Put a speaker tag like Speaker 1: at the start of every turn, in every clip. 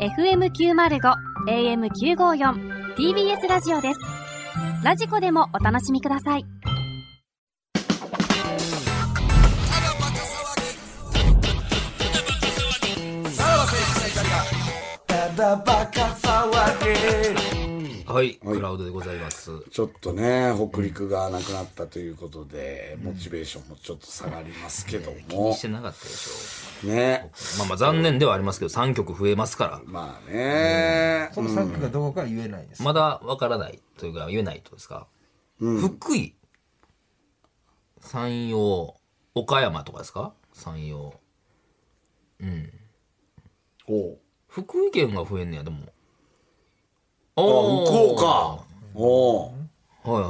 Speaker 1: FM905 AM954 TBS ラジオですラジコでもお楽しみください
Speaker 2: はい、
Speaker 3: はい
Speaker 2: クラウドでございます。
Speaker 3: ちょっとね、北陸がなくなったということで、モチベーションもちょっと下がりますけども
Speaker 2: し、てなかったでし
Speaker 3: ね。
Speaker 2: ょう。まあまあ残念ではありますけど、3曲増えますから、
Speaker 3: まあね、
Speaker 4: この3曲がどこかは言えないです。
Speaker 2: まだわからないというか言えないとですか。福井、山陽、岡山とかですか山陽。
Speaker 3: おう
Speaker 2: 福井県が増えんねや、でも。あ
Speaker 3: あ、福岡。おう
Speaker 2: はいはいはい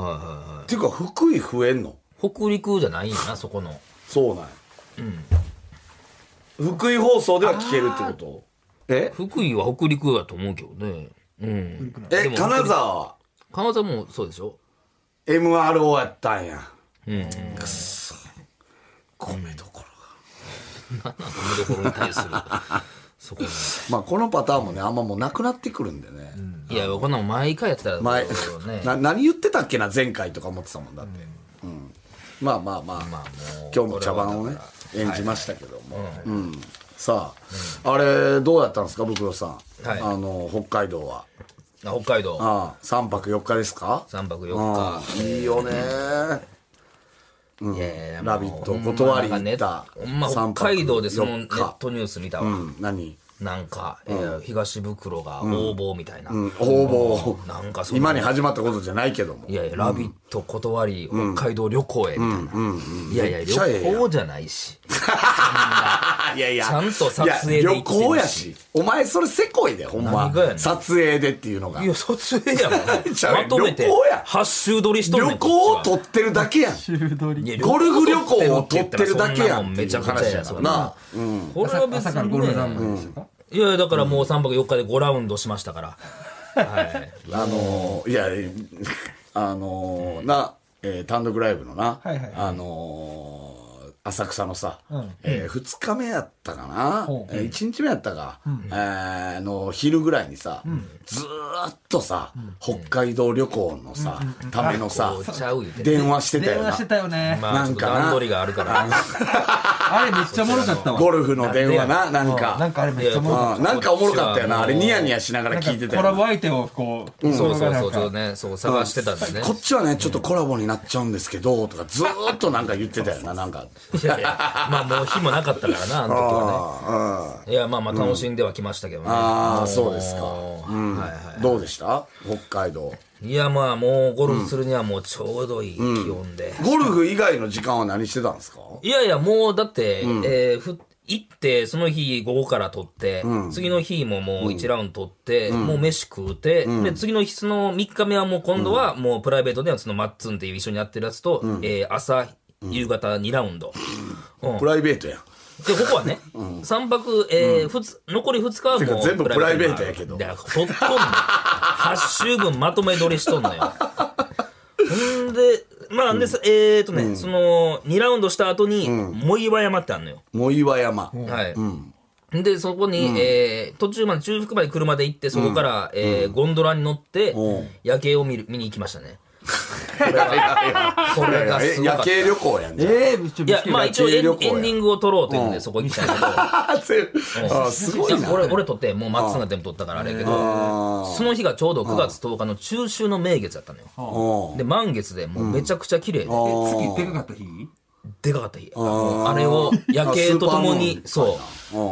Speaker 2: は
Speaker 3: っていうか、福井増えんの
Speaker 2: い。北陸じゃないんやな、そこの。
Speaker 3: そうなんや。福井放送では聞けるってことえ
Speaker 2: 福井は北陸だと思うけどね。うん。
Speaker 3: え、
Speaker 2: でも
Speaker 3: 金沢は
Speaker 2: 金沢もそうでしょ
Speaker 3: MRO やったんや。
Speaker 2: うん。
Speaker 3: 米どころが。
Speaker 2: 米どころに対する。 そこの。
Speaker 3: まあ、このパターンもね、あんまもうなくなってくるんでね。
Speaker 2: いや、こんなもん毎回やってたら、
Speaker 3: 前
Speaker 2: そうよね、
Speaker 3: な何言ってたっけな前回とか思ってたもんだって、うんまあまあまあ、
Speaker 2: まあもう
Speaker 3: 今日も茶番をね
Speaker 2: こ
Speaker 3: 演じましたけども、うんさあ、あれどうやったんですかブクロさん、
Speaker 2: はい
Speaker 3: あの北海道は
Speaker 2: れは北海道
Speaker 3: ああ3泊4日ですか
Speaker 2: 3泊4
Speaker 3: ああいいよね
Speaker 2: 日。いやいや
Speaker 3: ラビット断りに行った
Speaker 2: ほんま
Speaker 3: 三
Speaker 2: 北
Speaker 3: 泊
Speaker 2: 海道でそのネ
Speaker 3: 四日
Speaker 2: ットニュース見たわ。
Speaker 3: うん何
Speaker 2: なんか、えー東袋が横暴みたいな。
Speaker 3: うん応募
Speaker 2: なんかその
Speaker 3: 今に始まったことじゃないけども
Speaker 2: いやいや、ラビット断り、北海道旅行へ、みたいな、いやいや、
Speaker 3: っちゃええやん
Speaker 2: 旅行じゃないし。
Speaker 3: いやいや
Speaker 2: ちゃんと撮影で
Speaker 3: い
Speaker 2: 行
Speaker 3: や
Speaker 2: って
Speaker 3: 旅
Speaker 2: るし
Speaker 3: 行やしお前それせこいでほんま
Speaker 2: 何がやねん
Speaker 3: 撮影でっていうのが
Speaker 2: いや、撮影やもん
Speaker 3: ちゃうや
Speaker 2: ま
Speaker 3: ん
Speaker 2: とめて
Speaker 3: 旅行や、
Speaker 2: 8周撮りしとるね
Speaker 3: 旅
Speaker 2: ん
Speaker 3: 行
Speaker 2: こ
Speaker 3: を
Speaker 2: っちは
Speaker 3: 取ってるだけ やん
Speaker 2: いや
Speaker 3: ゴルフ旅行を取ってるだけやんって
Speaker 2: め
Speaker 3: い
Speaker 2: ちゃ
Speaker 3: う
Speaker 2: くちゃ
Speaker 3: 話
Speaker 2: や
Speaker 3: や
Speaker 2: そ
Speaker 3: か
Speaker 2: れ
Speaker 3: ら
Speaker 2: な
Speaker 3: な。
Speaker 2: これは別
Speaker 4: 朝からゴ
Speaker 2: に
Speaker 4: ル
Speaker 2: ね
Speaker 4: フ何枚でしたか
Speaker 2: いやいやだからもう3泊4日で5ラウンドしましたから。はい。
Speaker 3: あのーいや あのーな、えー単独ライブのな、
Speaker 4: はいはい
Speaker 3: あのー浅草のさ、
Speaker 4: うん
Speaker 3: え2日目やったかな、
Speaker 4: ほう
Speaker 3: え1日目やったか、えーの昼ぐらいにさ、ずーっとさ、北海道旅行のさ、ためのさ
Speaker 2: こうちゃう言うて
Speaker 3: 電話してた
Speaker 4: 電
Speaker 3: よ
Speaker 4: 話
Speaker 3: な
Speaker 4: してたよね。
Speaker 2: まあ、
Speaker 3: な
Speaker 2: ちょ
Speaker 3: ん
Speaker 2: っと
Speaker 3: かな
Speaker 2: 段取りがあるから。
Speaker 4: あれめっちゃおもろかったわ。
Speaker 3: ゴルフの電話ななんか
Speaker 4: なんかあれめっちゃおもろかっ
Speaker 3: うんなんかおもろかったよなあれニヤニヤしなが
Speaker 4: た。
Speaker 3: ら
Speaker 4: なんか
Speaker 3: 聞いてた
Speaker 4: コ
Speaker 3: よ
Speaker 4: ラ
Speaker 3: な
Speaker 4: ボ相手をこう、
Speaker 2: そうそう
Speaker 4: な
Speaker 2: そ
Speaker 4: ん
Speaker 2: う、ちょっと
Speaker 4: か
Speaker 2: ね、そう探してたんでね。
Speaker 3: こっちはねちょっとコラボになっちゃうんですけどとかずーっとなんか言ってたよななんか
Speaker 2: いやいやまあもう日もなかったからな、あの時は
Speaker 3: あ
Speaker 2: ね。いや、まあまあ楽しんではきましたけどね。
Speaker 3: あーそうですか
Speaker 2: はいは
Speaker 3: あどうでした北海道
Speaker 2: い。いや、まあもうゴルフするにはもうちょうどいい気温で。
Speaker 3: ゴルフ以外の時間は何してたんですか
Speaker 2: いやいや、もうだって、えーふ行って、その日午後から取って、次の日ももう1ラウンド取って、もう飯食うて、で、次の日、その3日目はもう今度はもうプライベートではそのマッツンっていう一緒にやってるやつと、えー朝、夕方2ラウンド。うん
Speaker 3: プライベートやん
Speaker 2: で、ここ はね、三泊、えー、ふつ、残り二日は
Speaker 3: て
Speaker 2: も
Speaker 3: か
Speaker 2: う。
Speaker 3: 全部プライベートやけど
Speaker 2: だから、ほっとんの。8週分まとめ撮りしとんのよ。ほんで、まあ、んで、えーとね、その、2ラウンドした後に、藻岩山ってあんのよ。
Speaker 3: 藻岩山
Speaker 2: はい。で、そこに、えー途中まで、中腹まで車で行って、そこから、えーゴンドラに乗って
Speaker 3: うん、
Speaker 2: 夜景を見る、見に行きまし たね。これは、これが
Speaker 3: え
Speaker 2: すごか
Speaker 3: 夜
Speaker 2: った。
Speaker 3: 景旅行やんじゃん
Speaker 4: ええ、めっちゃ
Speaker 2: いや、まあ一応エン
Speaker 3: 夜
Speaker 2: エ
Speaker 3: 景旅
Speaker 2: ンデ
Speaker 3: 行や
Speaker 2: ィングを撮ろうというんで、そこ行きたいけど。
Speaker 3: あー全部あーすごい
Speaker 2: い
Speaker 3: な
Speaker 2: や俺俺撮ってもう松さんが全部撮ったからあれやけ
Speaker 3: あ
Speaker 2: どその日がちょうど9月10日の中秋の名月だったのよ
Speaker 3: うん
Speaker 2: で満月でもうめちゃくちゃ綺麗で、
Speaker 4: 月でかかった日
Speaker 2: でかかった日あのあれを夜景とともに
Speaker 3: あ
Speaker 2: そう、うん、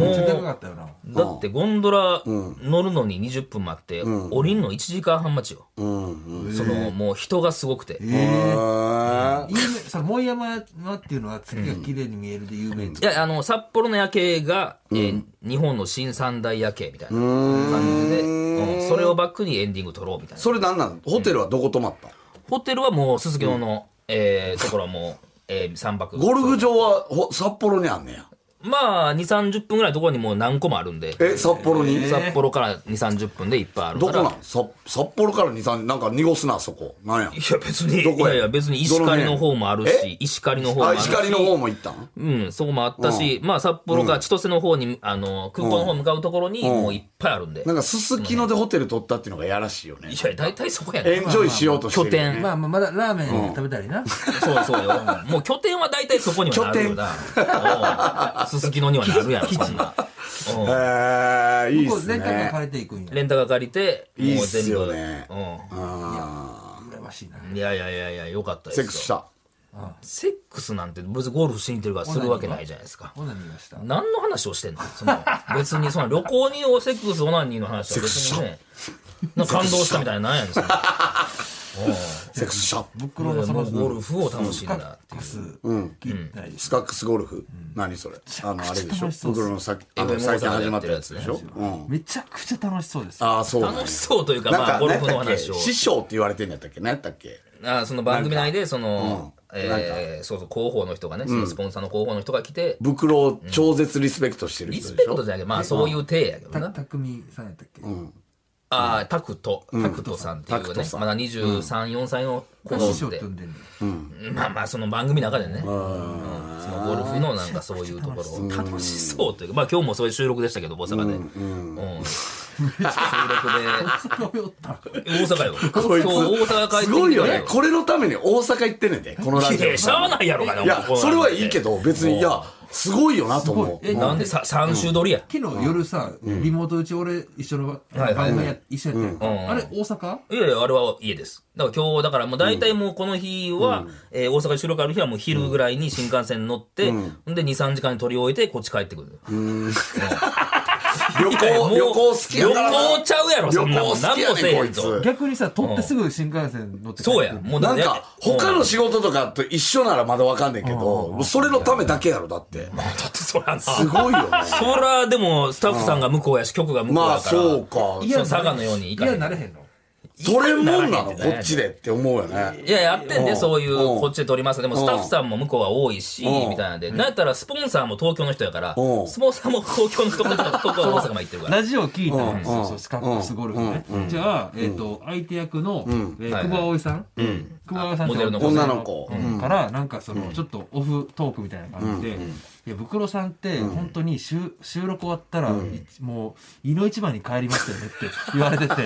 Speaker 4: めっちゃでか
Speaker 2: も
Speaker 4: か
Speaker 2: う
Speaker 4: ったよな。
Speaker 2: だってゴンドラ乗るのに20分待って、降りんの1時間半待ちよ、そのもう人がすごくて、
Speaker 4: え
Speaker 3: へ
Speaker 4: え。有名その萌山っていうのは月が綺麗に見えるで有名
Speaker 2: いや、あの、札幌の夜景が、えー日本の新三大夜景みたいな感じで、うんそれをバックにエンディング撮ろうみたいな。
Speaker 3: それなんなんホテルはどこ泊まった
Speaker 2: ホテルはもう、すすきのの、えーところはもう、えー、3泊。
Speaker 3: ゴルフ場はほ札幌にあんねや
Speaker 2: まあ、2、30分ぐらいのところにもう何個もあるんで。
Speaker 3: え、札幌に、
Speaker 2: 札幌から2、30分でいっぱいあるか
Speaker 3: ど
Speaker 2: ら。
Speaker 3: こなんさ札幌から2、3、なんか濁すな、そこ。なんや
Speaker 2: い。や、別に、
Speaker 3: どこ
Speaker 2: い
Speaker 3: や
Speaker 2: やいや、別に石狩の方もある
Speaker 3: どの辺
Speaker 2: し、石狩の方もあ
Speaker 3: あ、
Speaker 2: るし。
Speaker 3: 石狩の方も行ったん
Speaker 2: うん、そこもあったし、まあ、札幌から千歳の方に、あの、空港の方向かうところに、もういっぱいあるんで。い
Speaker 3: なんか、すすきのでホテル取ったっていうのがやらしいよね。
Speaker 2: や、大体そこや
Speaker 3: エ
Speaker 2: ね
Speaker 3: ンジョイしようとしてる、ね。
Speaker 2: 拠点
Speaker 4: まあまあ、まだラーメン食べたりな。
Speaker 2: そうそうよ。 もう拠点は大体そこにはなるよな。おうすすきのにはなるやろ、そん な。おう
Speaker 3: えー、いいっ
Speaker 4: こう
Speaker 3: す
Speaker 4: レンタカー
Speaker 3: ね。
Speaker 4: 借りていくんや。
Speaker 2: レンタカー借りて、
Speaker 3: いい
Speaker 2: も
Speaker 3: っ
Speaker 2: う全
Speaker 3: す
Speaker 2: 部。
Speaker 3: よね
Speaker 2: う
Speaker 3: あ
Speaker 4: 羨ましいな。
Speaker 2: ん。いやいやいやいや、よかった
Speaker 3: ーセ
Speaker 2: です
Speaker 3: ッ
Speaker 2: よ。
Speaker 3: クスした。
Speaker 2: セックスなんて別にゴルフしに行ってるからするわけないじゃないですか。
Speaker 4: オナニーはした。
Speaker 2: 何の話をしてんのその別にその旅行におセックスオナニーの話は別にね、なんか感動したみたいななん やねんそれ
Speaker 3: セックスした。
Speaker 4: 袋
Speaker 2: も
Speaker 4: の
Speaker 2: う
Speaker 4: その、
Speaker 2: ゴルフを楽しんだっていう。
Speaker 4: ス切ったり。
Speaker 3: スカックスゴルフ、何それあの、あれでしょ
Speaker 4: 楽しそうっす
Speaker 3: 袋のさあ
Speaker 2: エ
Speaker 3: の
Speaker 2: ゴイモ
Speaker 3: 最
Speaker 2: ー
Speaker 3: 近
Speaker 2: さんが
Speaker 3: 始ま
Speaker 2: やっ
Speaker 3: ってた
Speaker 2: る
Speaker 3: や
Speaker 2: や
Speaker 3: つ
Speaker 2: つ
Speaker 3: で
Speaker 2: ね
Speaker 3: しょうん。
Speaker 4: めちゃくちゃ楽しそうです。
Speaker 3: ああ、そうなんや
Speaker 2: 楽しそうというか、
Speaker 3: なん
Speaker 2: ま
Speaker 3: か、
Speaker 2: あ、ゴル
Speaker 3: 何
Speaker 2: フ
Speaker 3: や
Speaker 2: の
Speaker 3: ったっけ
Speaker 2: 話を。
Speaker 3: 師匠って言われてんやったっけ何やったっけ
Speaker 2: あその番組内で、その、
Speaker 3: うん
Speaker 2: えー、そうそう、広報の人がね、そのスポンサーの広報の人が来て、
Speaker 3: 袋を超絶リスペクトしてる
Speaker 2: リ
Speaker 3: 人
Speaker 2: ス
Speaker 3: で
Speaker 2: ペ
Speaker 3: し
Speaker 2: ク
Speaker 3: ょ
Speaker 2: トじゃなくて、まあ、そういう体やけど
Speaker 4: た
Speaker 2: な。
Speaker 4: たくみさんやったっけ
Speaker 2: ああ、タクト、タクトさんっていう
Speaker 3: タクト、
Speaker 2: ね
Speaker 3: さん
Speaker 2: まだ23、4歳の子
Speaker 4: 師
Speaker 2: 供
Speaker 4: 匠って
Speaker 2: で
Speaker 4: 呼ん、でんの
Speaker 2: まあまあ、その番組の中でね、うんそのゴルフのなんかそういうところを楽しそうというか、まあ今日もそういう収録でしたけど、大阪で。うん収
Speaker 4: それをおった
Speaker 2: 録で、大阪よ。
Speaker 3: こいつ
Speaker 2: 今日大阪帰ってきて
Speaker 3: すごいよね。これのために大阪行ってんねんで、このラ
Speaker 2: い
Speaker 3: ジ
Speaker 2: やい
Speaker 3: オ。
Speaker 2: やしゃあないやろかな、
Speaker 3: いや
Speaker 2: もう、
Speaker 3: それはいいけ。
Speaker 2: こ
Speaker 3: ど、別に、いや、すごいよなと思
Speaker 4: すごいえ
Speaker 3: う。
Speaker 2: なんでさ、3週撮りや。
Speaker 4: 昨日夜さ、リモートうち俺一緒の
Speaker 2: はい
Speaker 4: 番組や一緒やった
Speaker 2: うんうん
Speaker 4: やんあれ大阪
Speaker 2: いやいや、あれは家です。だから今日、だからもう大体もうこの日は、えー大阪収録ある日はもう昼ぐらいに新幹線に乗って、ん、で2、3時間取り終えて、こっち帰ってくる。
Speaker 3: 旅行、旅行好きや
Speaker 2: 旅
Speaker 3: からな。
Speaker 2: 行ちゃうやろ、そんな
Speaker 3: 旅行
Speaker 2: もん。
Speaker 3: 好き
Speaker 2: 何
Speaker 3: やね
Speaker 2: もせえへ
Speaker 3: こい
Speaker 2: んぞ
Speaker 3: つ。
Speaker 4: 逆にさ、取ってすぐ新幹線乗って帰ってくる
Speaker 2: そうやん。もうだ
Speaker 3: な
Speaker 2: っ
Speaker 3: ん
Speaker 2: て
Speaker 3: か、他の仕事とかと一緒ならまだわかんねんけど、もうそれのためだけやろ、だって。
Speaker 2: だってそらな。
Speaker 3: す
Speaker 2: そ
Speaker 3: ごいよね。
Speaker 2: ら、でも、スタッフさんが向こうやし、局が向こう
Speaker 3: まあ、
Speaker 2: やから。
Speaker 3: そうか。
Speaker 2: やその佐賀のように行かへん
Speaker 4: いや、なれへんの。
Speaker 3: 取れんもんなの
Speaker 2: いや
Speaker 3: こっちでって思うよね。
Speaker 2: いや、やってん
Speaker 3: う
Speaker 2: で、
Speaker 3: ん
Speaker 2: そういう、
Speaker 3: うん
Speaker 2: こっちで撮ります。でも、スタッフさんも向こうは多いし、
Speaker 3: うん
Speaker 2: みたいなんで。なんやったら、スポンサーも東京の人やから、
Speaker 3: うん
Speaker 2: スポンサーも東京の人から、東京大阪まで行ってるから。
Speaker 4: ラジオ聞いたんです
Speaker 3: うん
Speaker 4: よ、そうスカップスゴルフね。じゃあ、えっと、相手役の、えー
Speaker 2: はい
Speaker 4: 久保葵さん久保葵さんって
Speaker 2: モデルの子
Speaker 3: 女の子
Speaker 4: うんから、なんかその、ちょっとオフトークみたいな感じで、いや、ブクロさんって、本当に収収録終わったら、いもう、井の一番に帰りますよねって 言われてて。って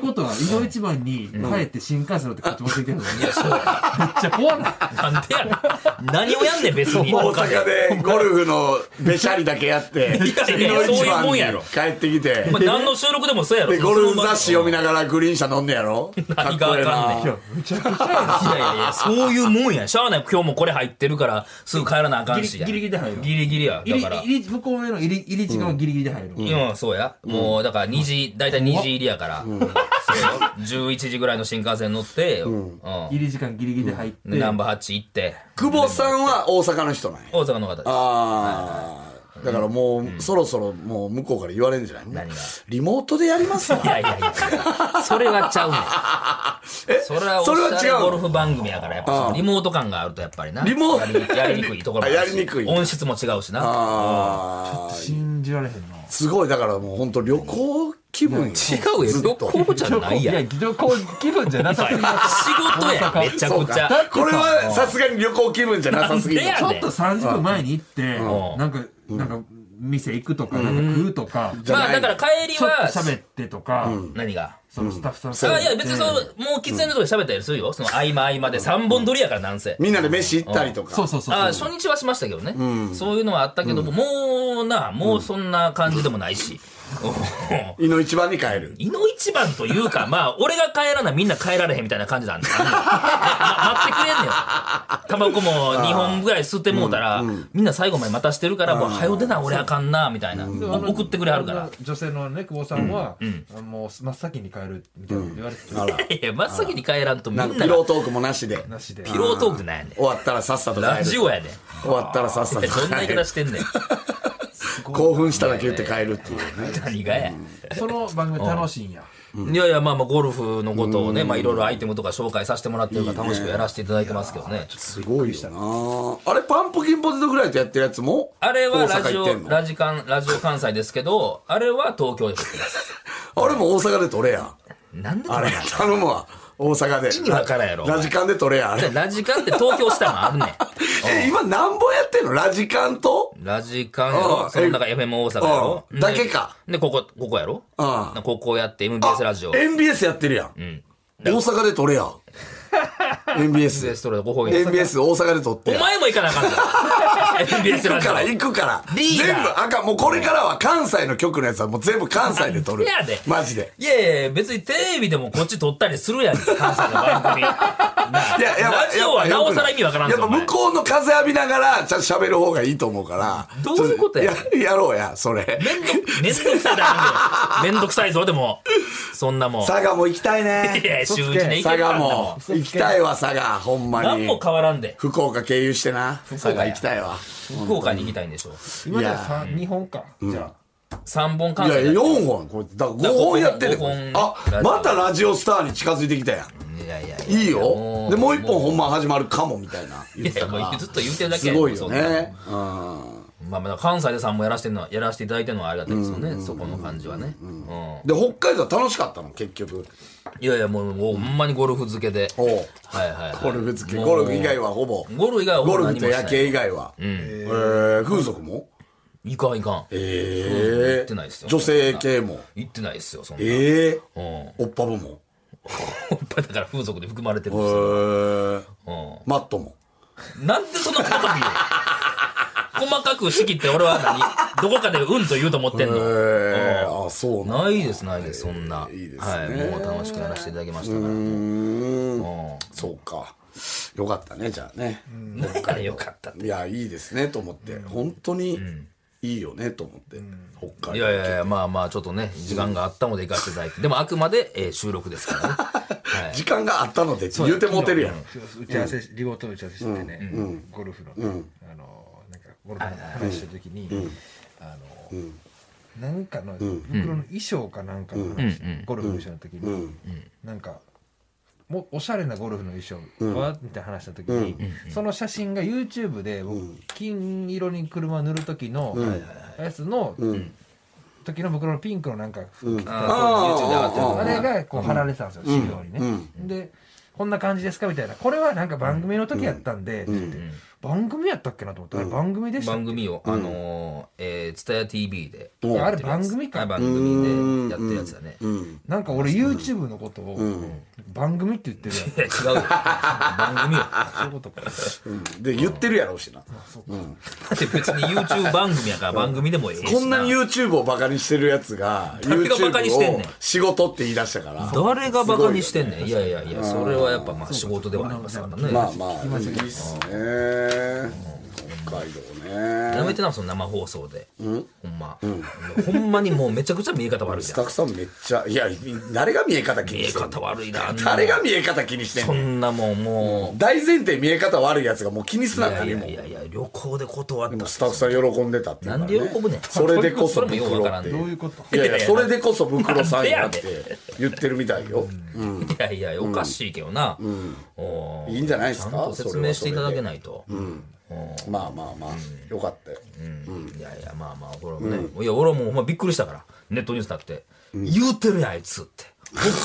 Speaker 4: ことは、井の一番に帰って新幹線乗ってこっち持っていけるのね
Speaker 2: いや、そうや。
Speaker 4: めっちゃ怖 ない。
Speaker 2: なんでやねん。何をやんねん、別に。
Speaker 3: 大阪でゴルフのべしゃりだけやって、
Speaker 2: いやいやそういうもんやろ
Speaker 3: 帰ってきて
Speaker 2: お、前何の収録でもそうやろ。
Speaker 3: で、ゴルフ雑誌読みながらグリーン車飲んでやろかっ
Speaker 2: 何
Speaker 3: こ
Speaker 2: が
Speaker 3: ええ
Speaker 2: わかんね
Speaker 3: な。
Speaker 2: んいやいやいや、そういうもんや。しゃあない。今日もこれ入ってるから、すぐ帰らなあかんしや。
Speaker 4: ギリギリで入る
Speaker 2: ギリギリや。
Speaker 4: 入
Speaker 2: だ
Speaker 4: り
Speaker 2: から。
Speaker 4: 入り向こうへの入り入り時間はギリギリで入る。
Speaker 2: うん、そうや。もう、だから2時、だいたい2時入りやから。そうよ11時ぐらいの新幹線乗って、うん。
Speaker 4: 入り時間ギリギリで入って。
Speaker 2: で、ナンバー8行って、
Speaker 3: 久保さんは大阪の人なんや。
Speaker 2: 大阪の方です。
Speaker 3: ああ、だからもう、そろそろもう向こうから言われるんじゃない
Speaker 2: 何が
Speaker 3: リモートでやります わ
Speaker 2: い。やいやいやいや、それはちゃうねん。
Speaker 3: え
Speaker 2: それはお
Speaker 3: それ
Speaker 2: し
Speaker 3: は
Speaker 2: ゃ
Speaker 3: 違
Speaker 2: れ
Speaker 3: う
Speaker 2: ゴ
Speaker 3: の
Speaker 2: ルフ番組やから、やっぱそのリモート感があるとやっぱりな。
Speaker 3: リモ
Speaker 2: やりやりにくいところもあるし
Speaker 3: あやりにくい
Speaker 2: 音質も違うしな。
Speaker 3: ああ、
Speaker 4: 信じられへんな。
Speaker 3: すごい、だからもう本当旅行気分よ。
Speaker 2: 違うよ。
Speaker 3: ずっ
Speaker 2: 旅
Speaker 3: と
Speaker 2: 行じゃないやん。
Speaker 4: いや、旅行気分じゃなさすぎま
Speaker 2: 仕
Speaker 4: す。
Speaker 2: 事やん
Speaker 4: 大阪
Speaker 2: めちゃ
Speaker 3: そう
Speaker 2: くちゃ。
Speaker 3: か。これはさすがに旅行気分じゃなさすぎる
Speaker 2: なんで。や
Speaker 4: ちょ
Speaker 2: ねん
Speaker 4: っと30分前に行って、
Speaker 2: ん
Speaker 4: なんか、なんか、店行くとか、なんか食うとか、ちょっ
Speaker 2: まあだから帰り
Speaker 4: と
Speaker 2: は、
Speaker 4: 喋ってとか、
Speaker 2: 何が
Speaker 4: そのスタッフさん
Speaker 2: あいや、別にその、もう喫煙のとこで喋ったりするよ。その合間合間で3本撮りやから、なんせ。
Speaker 3: みんなで飯行ったりとか。
Speaker 4: そうそうそう。
Speaker 2: あ初日はしましたけどね、そういうのはあったけども、もうな、もうそんな感じでもないし。
Speaker 3: 胃の一番に帰る。
Speaker 2: 胃の一番というか、まあ、俺が帰らな、みんな帰られへんみたいな感じなんだ。 あんのま待ってくれんねん。タバコも2本ぐらい吸ってもうたら、みんな最後まで待たしてるから、もう、はよ出な、俺あかんな、みたいな。お送ってくれはるから。。
Speaker 4: 女性のね、久保さんは、もう真っ先に帰るみたいなこと言われて
Speaker 3: あら。
Speaker 2: いや、真っ先に帰らんとみん
Speaker 3: な
Speaker 2: なん
Speaker 3: か
Speaker 2: が
Speaker 3: ピロートークもなしで。
Speaker 4: なしで。
Speaker 2: ピロートークなんやねん。
Speaker 3: 終わったらさっさと帰る。
Speaker 2: ラジオやねん。
Speaker 3: 終わったらさっさと帰
Speaker 2: どんな言い
Speaker 3: る
Speaker 2: 方。してんねん。
Speaker 3: 興奮しただけ言って帰るっていうね。
Speaker 2: 何がや。
Speaker 4: その番組楽しいんや。
Speaker 2: いやいや、まあまあ、ゴルフのことをね、まあいろいろアイテムとか紹介させてもらってるから楽しくやらせていただいてますけどね。
Speaker 3: すごいしたなあれ、パンプキンポテトフライとやってるやつも
Speaker 2: あれはラジ
Speaker 3: 大阪行ってん
Speaker 2: オ、
Speaker 3: の
Speaker 2: ラジカン、ラジオ関西ですけど、あれは東京で撮ってます。
Speaker 3: 俺も大阪で取れや。
Speaker 2: なんで
Speaker 3: あ
Speaker 2: こ
Speaker 3: れ
Speaker 2: れ、
Speaker 3: 頼むわ。大阪で。
Speaker 2: 意味わからんやろ
Speaker 3: ラジカンで取れや、あれ。
Speaker 2: ラジカンって東京したんあるねん。
Speaker 3: え、今何本やってんのラジカンと
Speaker 2: ラジカンや
Speaker 3: う
Speaker 2: ろ
Speaker 3: ん
Speaker 2: その中 FM 大阪やろ
Speaker 3: うんだけか。
Speaker 2: で、ここ、ここやろ
Speaker 3: うん
Speaker 2: ここやって MBS ラジオ。
Speaker 3: NBS やってるやん。
Speaker 2: ん
Speaker 3: 大阪で取れや。NBS。
Speaker 2: MBS トレードご本人
Speaker 3: NBS 大阪で取って
Speaker 2: お
Speaker 3: や。
Speaker 2: 前も行かなあかんじゃん。MBS
Speaker 3: 行
Speaker 2: ラ
Speaker 3: く
Speaker 2: ジ
Speaker 3: から、
Speaker 2: オ。
Speaker 3: 行くから。
Speaker 2: リーダー
Speaker 3: 全部、あかんもうこれからは関西の局のやつはもう全部関西で取る。
Speaker 2: なんでやで
Speaker 3: マジで。
Speaker 2: いやいや、別にテレビでもこっち撮ったりするやん、関西の番組。
Speaker 3: いや、やっぱ、
Speaker 2: ラジオ
Speaker 3: やっ
Speaker 2: は
Speaker 3: ぱ
Speaker 2: なおさら意味わからんぞ
Speaker 3: やっぱ
Speaker 2: お前
Speaker 3: 向こうの風浴びながら、ちゃんと喋る方がいいと思うから。
Speaker 2: どういうことや
Speaker 3: ちょっややろうや、それ。
Speaker 2: めんど、めんどくさいだろ、めんどくさいぞ、でも。そんなもん。
Speaker 3: 佐賀も行きたい
Speaker 2: いや、
Speaker 3: ね。
Speaker 2: 週一で行け
Speaker 3: 佐
Speaker 2: るから
Speaker 3: 賀
Speaker 2: な
Speaker 3: も。
Speaker 2: ん
Speaker 3: 行きたいわ、佐賀。ほんま
Speaker 2: 何
Speaker 3: に。
Speaker 2: も変わらんで。
Speaker 3: 福岡経由してな。
Speaker 2: 岡や
Speaker 3: 佐賀行きたいわ。
Speaker 2: 福岡に行きたいんでしょ。
Speaker 4: 今じゃ三二本か。じゃ
Speaker 2: 3本関
Speaker 3: いや
Speaker 2: 西
Speaker 3: い
Speaker 2: だ
Speaker 3: や、
Speaker 2: っ
Speaker 3: 4本。これ、だから5本やってる
Speaker 2: 五本。
Speaker 3: あ、またラジオスターに近づいてきたやん。
Speaker 2: たいやいやいや
Speaker 3: いいよ。で、もう一本
Speaker 2: も
Speaker 3: 本番始まるかも、みたいな。言っ
Speaker 2: い
Speaker 3: て
Speaker 2: や
Speaker 3: たか
Speaker 2: も
Speaker 3: ら
Speaker 2: うずっと言ってるだけ
Speaker 3: す
Speaker 2: やん
Speaker 3: ごいよ
Speaker 2: そんな
Speaker 3: ね。うん。
Speaker 2: まあまあ関西でさんもやらせてんのやらせていただいてるのはありがたいですよね、そこの感じはね、うん
Speaker 3: で、北海道は楽しかったの、結局。
Speaker 2: いやいやもうもうほんまにゴルフ漬けで、
Speaker 3: おう
Speaker 2: はいはい、はい、
Speaker 3: ゴルフ付け。
Speaker 2: もう
Speaker 3: ゴルフ以外はほぼ。
Speaker 2: ゴルフ以外はほぼ
Speaker 3: ゴルフ
Speaker 2: 何
Speaker 3: と
Speaker 2: もしない
Speaker 3: 夜景以外は。えー風俗も
Speaker 2: いかんいかん
Speaker 3: え
Speaker 2: 行ってないですよ
Speaker 3: 女性系も。
Speaker 2: 行ってないっすよそんな、
Speaker 3: ええ
Speaker 2: うん
Speaker 3: おっぱぶも。
Speaker 2: だから風俗で含まれてるん
Speaker 3: え
Speaker 2: ですよ、
Speaker 3: ー
Speaker 2: う
Speaker 3: マットも。
Speaker 2: ん、なんで そんな細かく言うの細かく仕切って俺は何どこかでうんと言うと思ってんの、
Speaker 3: えーあ、そうなんだ
Speaker 2: ないですないですそんな、
Speaker 3: いいですね
Speaker 2: はいもう楽しくやらせていただきましたから、
Speaker 3: うーん。
Speaker 2: うん
Speaker 3: そうか。よかったね、じゃあね。
Speaker 2: だからよかったって
Speaker 3: いや、いいですね、と思って。本当に、いいよね、と思って。北
Speaker 2: い
Speaker 3: 海道。
Speaker 2: やいやいや、まあまあ、ちょっとね、時間があったので行かせていただいて、でもあくまで、えー収録ですからね。はい。
Speaker 3: 時間があったので、言うてもうてるやん。
Speaker 4: あ打ち合わせリモートの打ち合わせしてね、ゴルフのあのなんかゴルフの話してる時にあの。なんかの袋の衣装かなんかの話
Speaker 2: うんうん
Speaker 4: ゴルフの衣装の時になんかもおしゃれなゴルフの衣装はみたいな話した時にその写真が YouTube で僕金色に車塗る時のやつの時の袋のピンクのなんか服着てた
Speaker 2: あー
Speaker 3: あー
Speaker 2: YouTube で上がってる
Speaker 4: あれがこう貼られてたんですよ、資料にね。で、こんな感じですかみたいな。これはなんか番組の時やったんで、って番組やったっけなと思ったら、あれ番組でしたっ
Speaker 2: 番
Speaker 4: け
Speaker 2: 組を、あのー、えー、ツタヤ TV で。
Speaker 4: いやあれ番組
Speaker 2: はい
Speaker 4: か。
Speaker 2: 番組でやってるやつだね。い
Speaker 4: なんか俺 YouTube のことを番組って言ってるやん。
Speaker 2: や、違うよ。番組よ。だ
Speaker 4: そういうことか。
Speaker 3: うんで、言ってるやろうしな。
Speaker 2: って別に YouTube 番組やから番組でもええし
Speaker 3: こんなに YouTube をバカにしてるやつが、
Speaker 2: 誰がバカに
Speaker 3: YouTube
Speaker 2: してんねん
Speaker 3: を仕事って言い出したから。
Speaker 2: 誰がバカにしてんねん。いやいやいや、それはやっぱまあ仕事ではありますからね。
Speaker 3: まあまあ、いいっすね。北海道
Speaker 2: やめ
Speaker 3: ね。
Speaker 2: てな、その生放送で。ほんま。ほんまにもうめちゃくちゃ見え方悪いじ
Speaker 3: ス
Speaker 2: ゃ
Speaker 3: タッ
Speaker 2: ん。
Speaker 3: フさんめっちゃ、いや、誰が見え方気
Speaker 2: 見
Speaker 3: に
Speaker 2: え
Speaker 3: してん
Speaker 2: 方
Speaker 3: の
Speaker 2: 悪いな。あんなの
Speaker 3: 誰が見え方気にしてん
Speaker 2: そ
Speaker 3: の
Speaker 2: んなもん、もう。
Speaker 3: 大前提見え方悪いやつがもう気にすな
Speaker 2: や
Speaker 3: んか
Speaker 2: い
Speaker 3: に
Speaker 2: や
Speaker 3: も
Speaker 2: い。やいや旅行で断った
Speaker 3: もうスタッフさん喜んでたっていうからね
Speaker 2: なんで喜ぶねん
Speaker 3: それでこそ
Speaker 2: それもようわからん
Speaker 3: ブクロ
Speaker 4: ど
Speaker 3: っ
Speaker 4: ういうこと
Speaker 3: ていやいやそれでこそ袋さんやっ
Speaker 2: なんでや
Speaker 3: て言ってるみたいよ、うん
Speaker 2: いやいやおかしいけどな、おー
Speaker 3: いいんじゃないですか
Speaker 2: ちゃんと説明していただけないと、
Speaker 3: まあまあまあ、よかったよ
Speaker 2: いやいやまあまあこれもね、いや俺はもうほんまびっくりしたからネットニュースだって、言うてるやんあいつって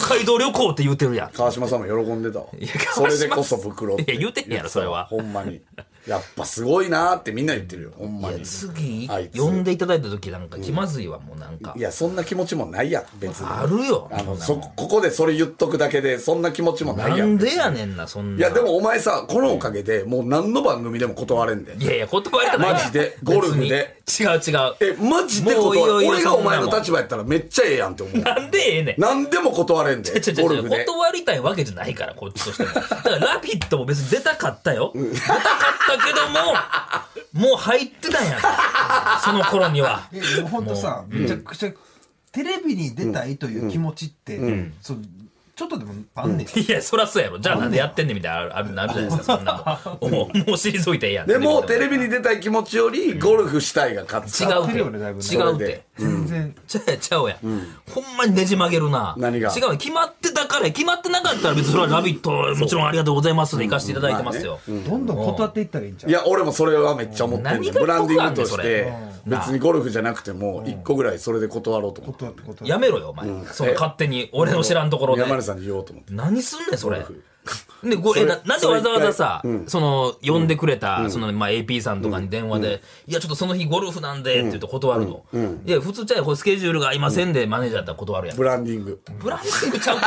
Speaker 2: 北海道旅行って言うてるやん
Speaker 3: 川島さんも喜んでたわ
Speaker 2: や
Speaker 3: そ
Speaker 2: 川島
Speaker 3: れでこそ袋って
Speaker 2: いや言うてんやろそれは
Speaker 3: ほんまにやっぱすごいなーってみんな言ってるよほんまに
Speaker 2: 次
Speaker 3: あいつ
Speaker 2: 呼んでいただいた時なんか気まずいわ、もうなんか
Speaker 3: いやそんな気持ちもないやん別に
Speaker 2: あるよ
Speaker 3: あの
Speaker 2: そ
Speaker 3: そ
Speaker 2: んなもん
Speaker 3: ここでそれ言っとくだけでそんな気持ちもない
Speaker 2: な
Speaker 3: やん
Speaker 2: んでやねんなそんない
Speaker 3: いやでもお前さこのおかげでもう何の番組でも断れんで
Speaker 2: いやいや断りたないやん
Speaker 3: マジでゴルフで
Speaker 2: 別に違う違う
Speaker 3: えマジで断
Speaker 2: もういよい
Speaker 3: る
Speaker 2: よ
Speaker 3: 俺がお前
Speaker 2: そん
Speaker 3: の
Speaker 2: なもん
Speaker 3: 立場やったらめっちゃええやんって思う
Speaker 2: なんでええねん
Speaker 3: 何でも断れんで
Speaker 2: ちょちょ
Speaker 3: ゴ
Speaker 2: ち
Speaker 3: ル
Speaker 2: ょ
Speaker 3: フで
Speaker 2: 断りたいわけじゃないから、こっちとしても。だから、ラピットも別に出たかったよ。出たかったけども、もう入ってたんやから。その頃には。
Speaker 4: いやでも本当さ、めちゃくちゃ、テレビに出たいという気持ちって、そうちょっとでもあんねん。
Speaker 2: いや、そらそうやろ。じゃあなんでやってんねんみたいな、ある、なるじゃないですか、そんなもん。もう、もう退いてええやん。
Speaker 3: でも、テレビに出たい気持ちより、ゴルフしたいが勝つ。
Speaker 2: 違う
Speaker 4: ってるよねだいぶね
Speaker 2: て。違うって。
Speaker 4: 全然。
Speaker 2: ちゃうやんちゃうやん。ほんまにねじ曲げるな。
Speaker 3: 何が
Speaker 2: 違うやん決まってたからや、決まってなかったら別にそれは「ラビット!」もちろんありがとうございますで行かせていただいてますよ。
Speaker 4: どんどん断っていったらいいんちゃ
Speaker 3: いうや、俺もそれはめっちゃ思ってんね
Speaker 2: 何
Speaker 3: ん
Speaker 2: が
Speaker 3: ブランディングとし
Speaker 2: 得あんねん
Speaker 3: て
Speaker 2: そ、れ
Speaker 3: 別にゴルフじゃなくても、一個ぐらいそれで断ろうと思って
Speaker 4: 断。って断って。
Speaker 2: やめろよ、お前。その勝手に、俺の知らんところで。
Speaker 3: 山根さんに言おうと思って。
Speaker 2: 何すんねん、それ
Speaker 3: ゴル。
Speaker 2: で、ごえ、な、なぜ
Speaker 3: それ
Speaker 2: わ
Speaker 3: 一
Speaker 2: ざ
Speaker 3: 回
Speaker 2: わざさ、その、呼んでくれた、その、まあ、AP さんとかに電話で、いや、ちょっとその日ゴルフなんで、って言って断るの。いや、普通ちゃうやんこれスケジュールが合いませんで、マネージャーだったら断るやん
Speaker 3: ブ。ランディング。
Speaker 2: ブランディングちゃうって。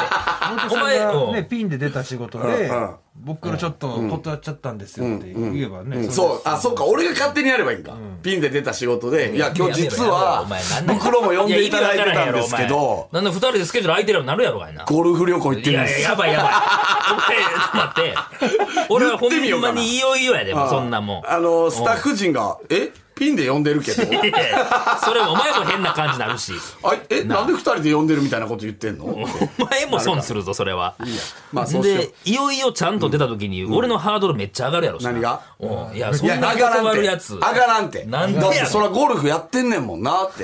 Speaker 2: お
Speaker 4: お前
Speaker 2: 前、
Speaker 4: が
Speaker 2: う
Speaker 4: ね、
Speaker 2: ん
Speaker 4: ピンで出た仕事で
Speaker 3: うんうん、
Speaker 4: 僕からちょっと断っちゃったんですよって言えばね。
Speaker 3: そう、あ、そうか、俺が勝手にやればいいんか。ピンで出た仕事で、いや、今日実は
Speaker 2: お前、なんなん
Speaker 3: 袋も呼んでいただいてたんですけ
Speaker 2: いや
Speaker 3: ど
Speaker 2: 意味わか、らんやろお前なんで二人でスケジュール空いてるようになるやろがいな。
Speaker 3: ゴルフ旅行行って
Speaker 2: い
Speaker 3: るん
Speaker 2: や
Speaker 3: で
Speaker 2: いや、
Speaker 3: す
Speaker 2: やばいやばい。お前、ちょっと待って。俺はほんまにいよいよやで、もうそんなもん。
Speaker 3: あの、スタッフ陣が、えピンで呼んでるけ ど、
Speaker 2: いやいやそれお前も変な感じになるし。
Speaker 3: あえ、なんで二人で呼んでるみたいなこと言ってんの
Speaker 2: お前も損するぞ、それは。
Speaker 3: まあ、そうしよ
Speaker 2: で
Speaker 3: う。、
Speaker 2: いよいよちゃんと出た時に、俺のハードルめっちゃ上がるやろしな
Speaker 3: 何が
Speaker 2: うんいや、そ
Speaker 3: い
Speaker 2: ん
Speaker 3: や、
Speaker 2: な
Speaker 3: 上がらん
Speaker 2: 断
Speaker 3: て。
Speaker 2: る
Speaker 3: 上
Speaker 2: やつ。
Speaker 3: がらんて。
Speaker 2: なんでや
Speaker 3: だ
Speaker 2: ね
Speaker 3: っ
Speaker 2: ん
Speaker 3: て、そらゴルフやってんねんもんなって。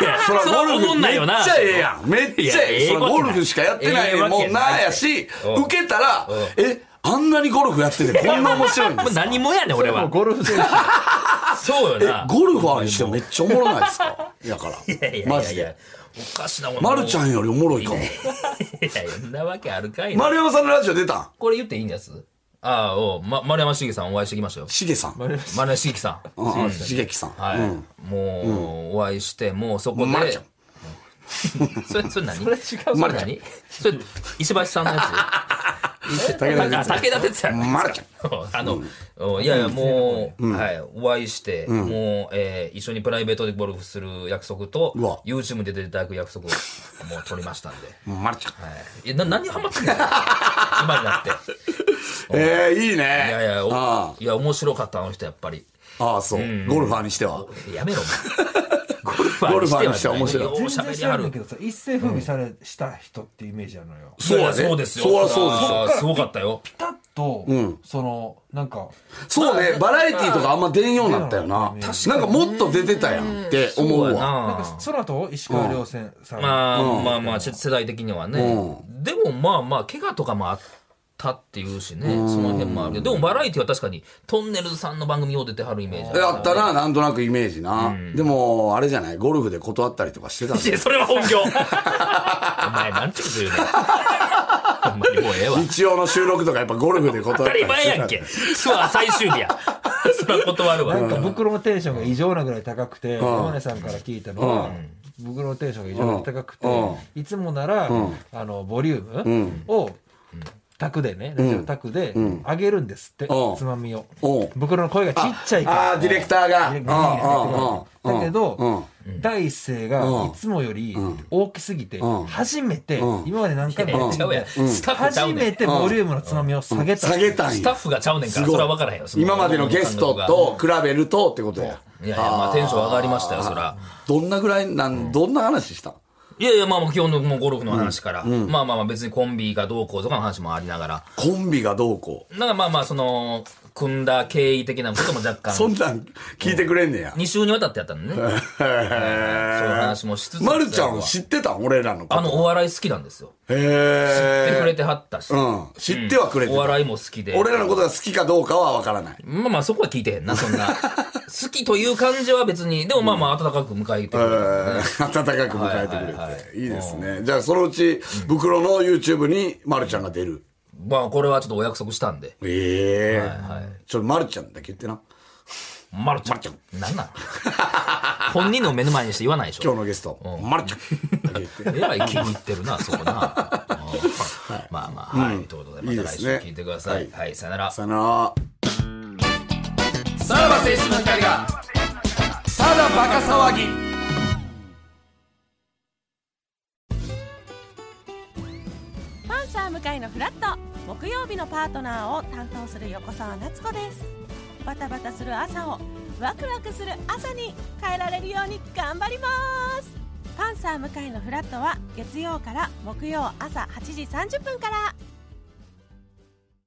Speaker 2: いや
Speaker 3: そら
Speaker 2: それは
Speaker 3: ゴル
Speaker 2: 思
Speaker 3: フ
Speaker 2: んな
Speaker 3: め
Speaker 2: い
Speaker 3: っ
Speaker 2: よな。
Speaker 3: ちゃええやん。めっちゃええ。
Speaker 2: いや
Speaker 3: そ
Speaker 2: ええ
Speaker 3: ら
Speaker 2: わけ
Speaker 3: ゴ
Speaker 2: ない
Speaker 3: ルフしかやってないねんもんなやし、
Speaker 2: うん
Speaker 3: 受けたら
Speaker 2: うん、
Speaker 3: え、あんなにゴルフやっててこんな面 白いんで
Speaker 2: もう
Speaker 3: すか
Speaker 2: 何もやねん、俺は。
Speaker 4: ゴルフ選手。
Speaker 2: そうよな。
Speaker 3: ゴルファーにしてめっちゃおもろないですかやから。マジで。。
Speaker 2: おかしなもん。
Speaker 3: まるちゃんよりおもろいかも。
Speaker 2: いやいや、そんなわけあるかいな。
Speaker 3: 丸山さんのラジオ出たん
Speaker 2: これ言っていいんですああ、おう、ま、丸山茂樹さんお会いしてきましたよ。
Speaker 3: しげさん。うん
Speaker 2: 丸山茂樹さん。
Speaker 3: うんしげきさん。
Speaker 2: はい。
Speaker 3: うん
Speaker 2: もう、お会いして、もうそこで。
Speaker 3: 丸ちゃん
Speaker 2: それ、それ何それ違う。
Speaker 3: 丸ちゃん
Speaker 2: 何それ、石橋さんのやつ
Speaker 3: 武田鉄矢
Speaker 2: あ武田鉄矢のやつ
Speaker 3: 丸ちゃん。
Speaker 2: あの、おいやいや、もう、はい、お会いして、もう、えー一緒にプライベートでゴルフする約束と
Speaker 3: うわ、
Speaker 2: YouTube で出ていただく約束 を、もう取りましたんで。
Speaker 3: まるちゃん。
Speaker 2: はい。いや、な、何にハ マってんの今になって。
Speaker 3: ええ、いいね。い
Speaker 2: いやいや、
Speaker 3: あ
Speaker 2: おいや、面白かった、あの人、やっぱり。
Speaker 3: あああ、そう。ゴルファーにしては。
Speaker 2: やめろ、 お前ゴルフ
Speaker 3: ゴルファーにしては面白い
Speaker 2: お
Speaker 4: 全
Speaker 2: しゃべ
Speaker 4: 然
Speaker 2: り
Speaker 4: 知
Speaker 2: は
Speaker 4: ら
Speaker 2: る
Speaker 4: ん。けどさ、一世風靡され、した人ってイメージなのよ。
Speaker 3: そうやね
Speaker 2: そうですよ。
Speaker 3: そらそうでしょ
Speaker 2: あーすごかったよ。
Speaker 4: ピタッと、その、なんか、
Speaker 3: そうね、バラエティーとかあんま出んようになったよな。なんかもっと出てたやんって思
Speaker 2: そう
Speaker 3: う
Speaker 2: や
Speaker 3: わ。
Speaker 4: なん
Speaker 2: な
Speaker 4: か。その後、石川遼戦さん。
Speaker 2: まあ、まあまあ、世世代的にはね。でもまあまあ、怪我とかもあったっていうしね、その辺もあるけどでもバラエティは確かに、トンネルズさんの番組を出てはるイメージ
Speaker 3: えあったな、なんとなくイメージな。でも、あれじゃない、ゴルフで断ったりとかしてたんだ
Speaker 2: いや、 それは 本業。お前、なんちゅうこと言うねん。ほんまにもうええわ。
Speaker 3: 日曜の収録とかやっぱゴルフで断った
Speaker 2: 当た
Speaker 3: り
Speaker 2: り
Speaker 3: とかして
Speaker 2: 前
Speaker 3: た
Speaker 2: やんけ。ツアー最終日や。それは断るわ。
Speaker 4: なんか袋のテンションが異常なぐらい高くて、山根さんから聞いたのは、袋のテンションが異常に高くて、いつもなら、あの、ボリュームを、タクでね、ラジオタクで上げるんですって、
Speaker 3: うん
Speaker 4: つまみを
Speaker 3: うん。
Speaker 4: 袋の声がちっちゃいから。
Speaker 3: ああー、ディレクターが。
Speaker 4: ディレクターが
Speaker 3: うんうんうん
Speaker 4: だけど、第一声がいつもより大きすぎて、初めて、今まで何回もやって
Speaker 2: ちゃうやん。
Speaker 4: る
Speaker 2: スタッフちゃうね
Speaker 4: 初め
Speaker 2: ん。
Speaker 4: てボリュームのつまみを下げた。
Speaker 3: 下げたん
Speaker 2: スタッ
Speaker 3: や。
Speaker 2: フがちゃうねんから、
Speaker 3: すごい
Speaker 2: それは分からへんよ。そ
Speaker 3: 今までのゲストと比べるとってことや。
Speaker 2: いやいや、まあテンション上がりましたよ、そら。
Speaker 3: どんなぐらい、なん、どんな話したん
Speaker 2: いやいや、まあもう基本のもうゴルフの話から、まあまあまあ別にコンビがどうこうとかの話もありながら、
Speaker 3: コンビがどうこう。
Speaker 2: なんかまあまあその、組んだ経緯的なことも若
Speaker 3: そん
Speaker 2: 干、
Speaker 3: なん聞いてくれんねや。
Speaker 2: 2週にわたってやったんでね。そういう話もしつつ。
Speaker 3: まるちゃん知ってたん俺らのこと。
Speaker 2: あのお笑い好きなんですよ。
Speaker 3: へ
Speaker 2: 知ってくれ
Speaker 3: え。
Speaker 2: てはったし。
Speaker 3: うん。知ってはくれて
Speaker 2: お
Speaker 3: た。
Speaker 2: 笑いも好きで。
Speaker 3: 俺らのことが好きかどうかはわからない。
Speaker 2: まあまあそこは聞いてへんな、そん な。好きという感じは別に、でもまあまあ温かく迎えてくれ
Speaker 3: え
Speaker 2: る。
Speaker 3: ー 暖かく迎えてくれて、
Speaker 2: はい
Speaker 3: い
Speaker 2: はい
Speaker 3: い
Speaker 2: はい
Speaker 3: ですねじゃあそのうち袋の YouTube にまるちゃんが出る、
Speaker 2: まあこれはちょっとお約束したんで。
Speaker 3: ええ
Speaker 2: はいはい
Speaker 3: ちょっとまるちゃんだけ言ってな
Speaker 2: まるちゃん。なんなん本人の目の前にして言わないでし
Speaker 3: 今
Speaker 2: ょ。
Speaker 3: 日のゲスト、まるちゃんだけ言って
Speaker 2: えらい気に入ってるな、そこ な。うんまあまあ、はい。ということで、また来週聞いてくださ
Speaker 3: いい
Speaker 2: い。
Speaker 3: です
Speaker 2: はい、さよなら。
Speaker 3: さよなら
Speaker 2: さらば青春の光が。
Speaker 3: ただバカ騒ぎ
Speaker 5: パンサー向かいのフラット木曜日のパートナーを担当する横澤夏子ですバタバタする朝をワクワクする朝に変えられるように頑張りますパンサー向井のフラットは月曜から木曜朝8時30分から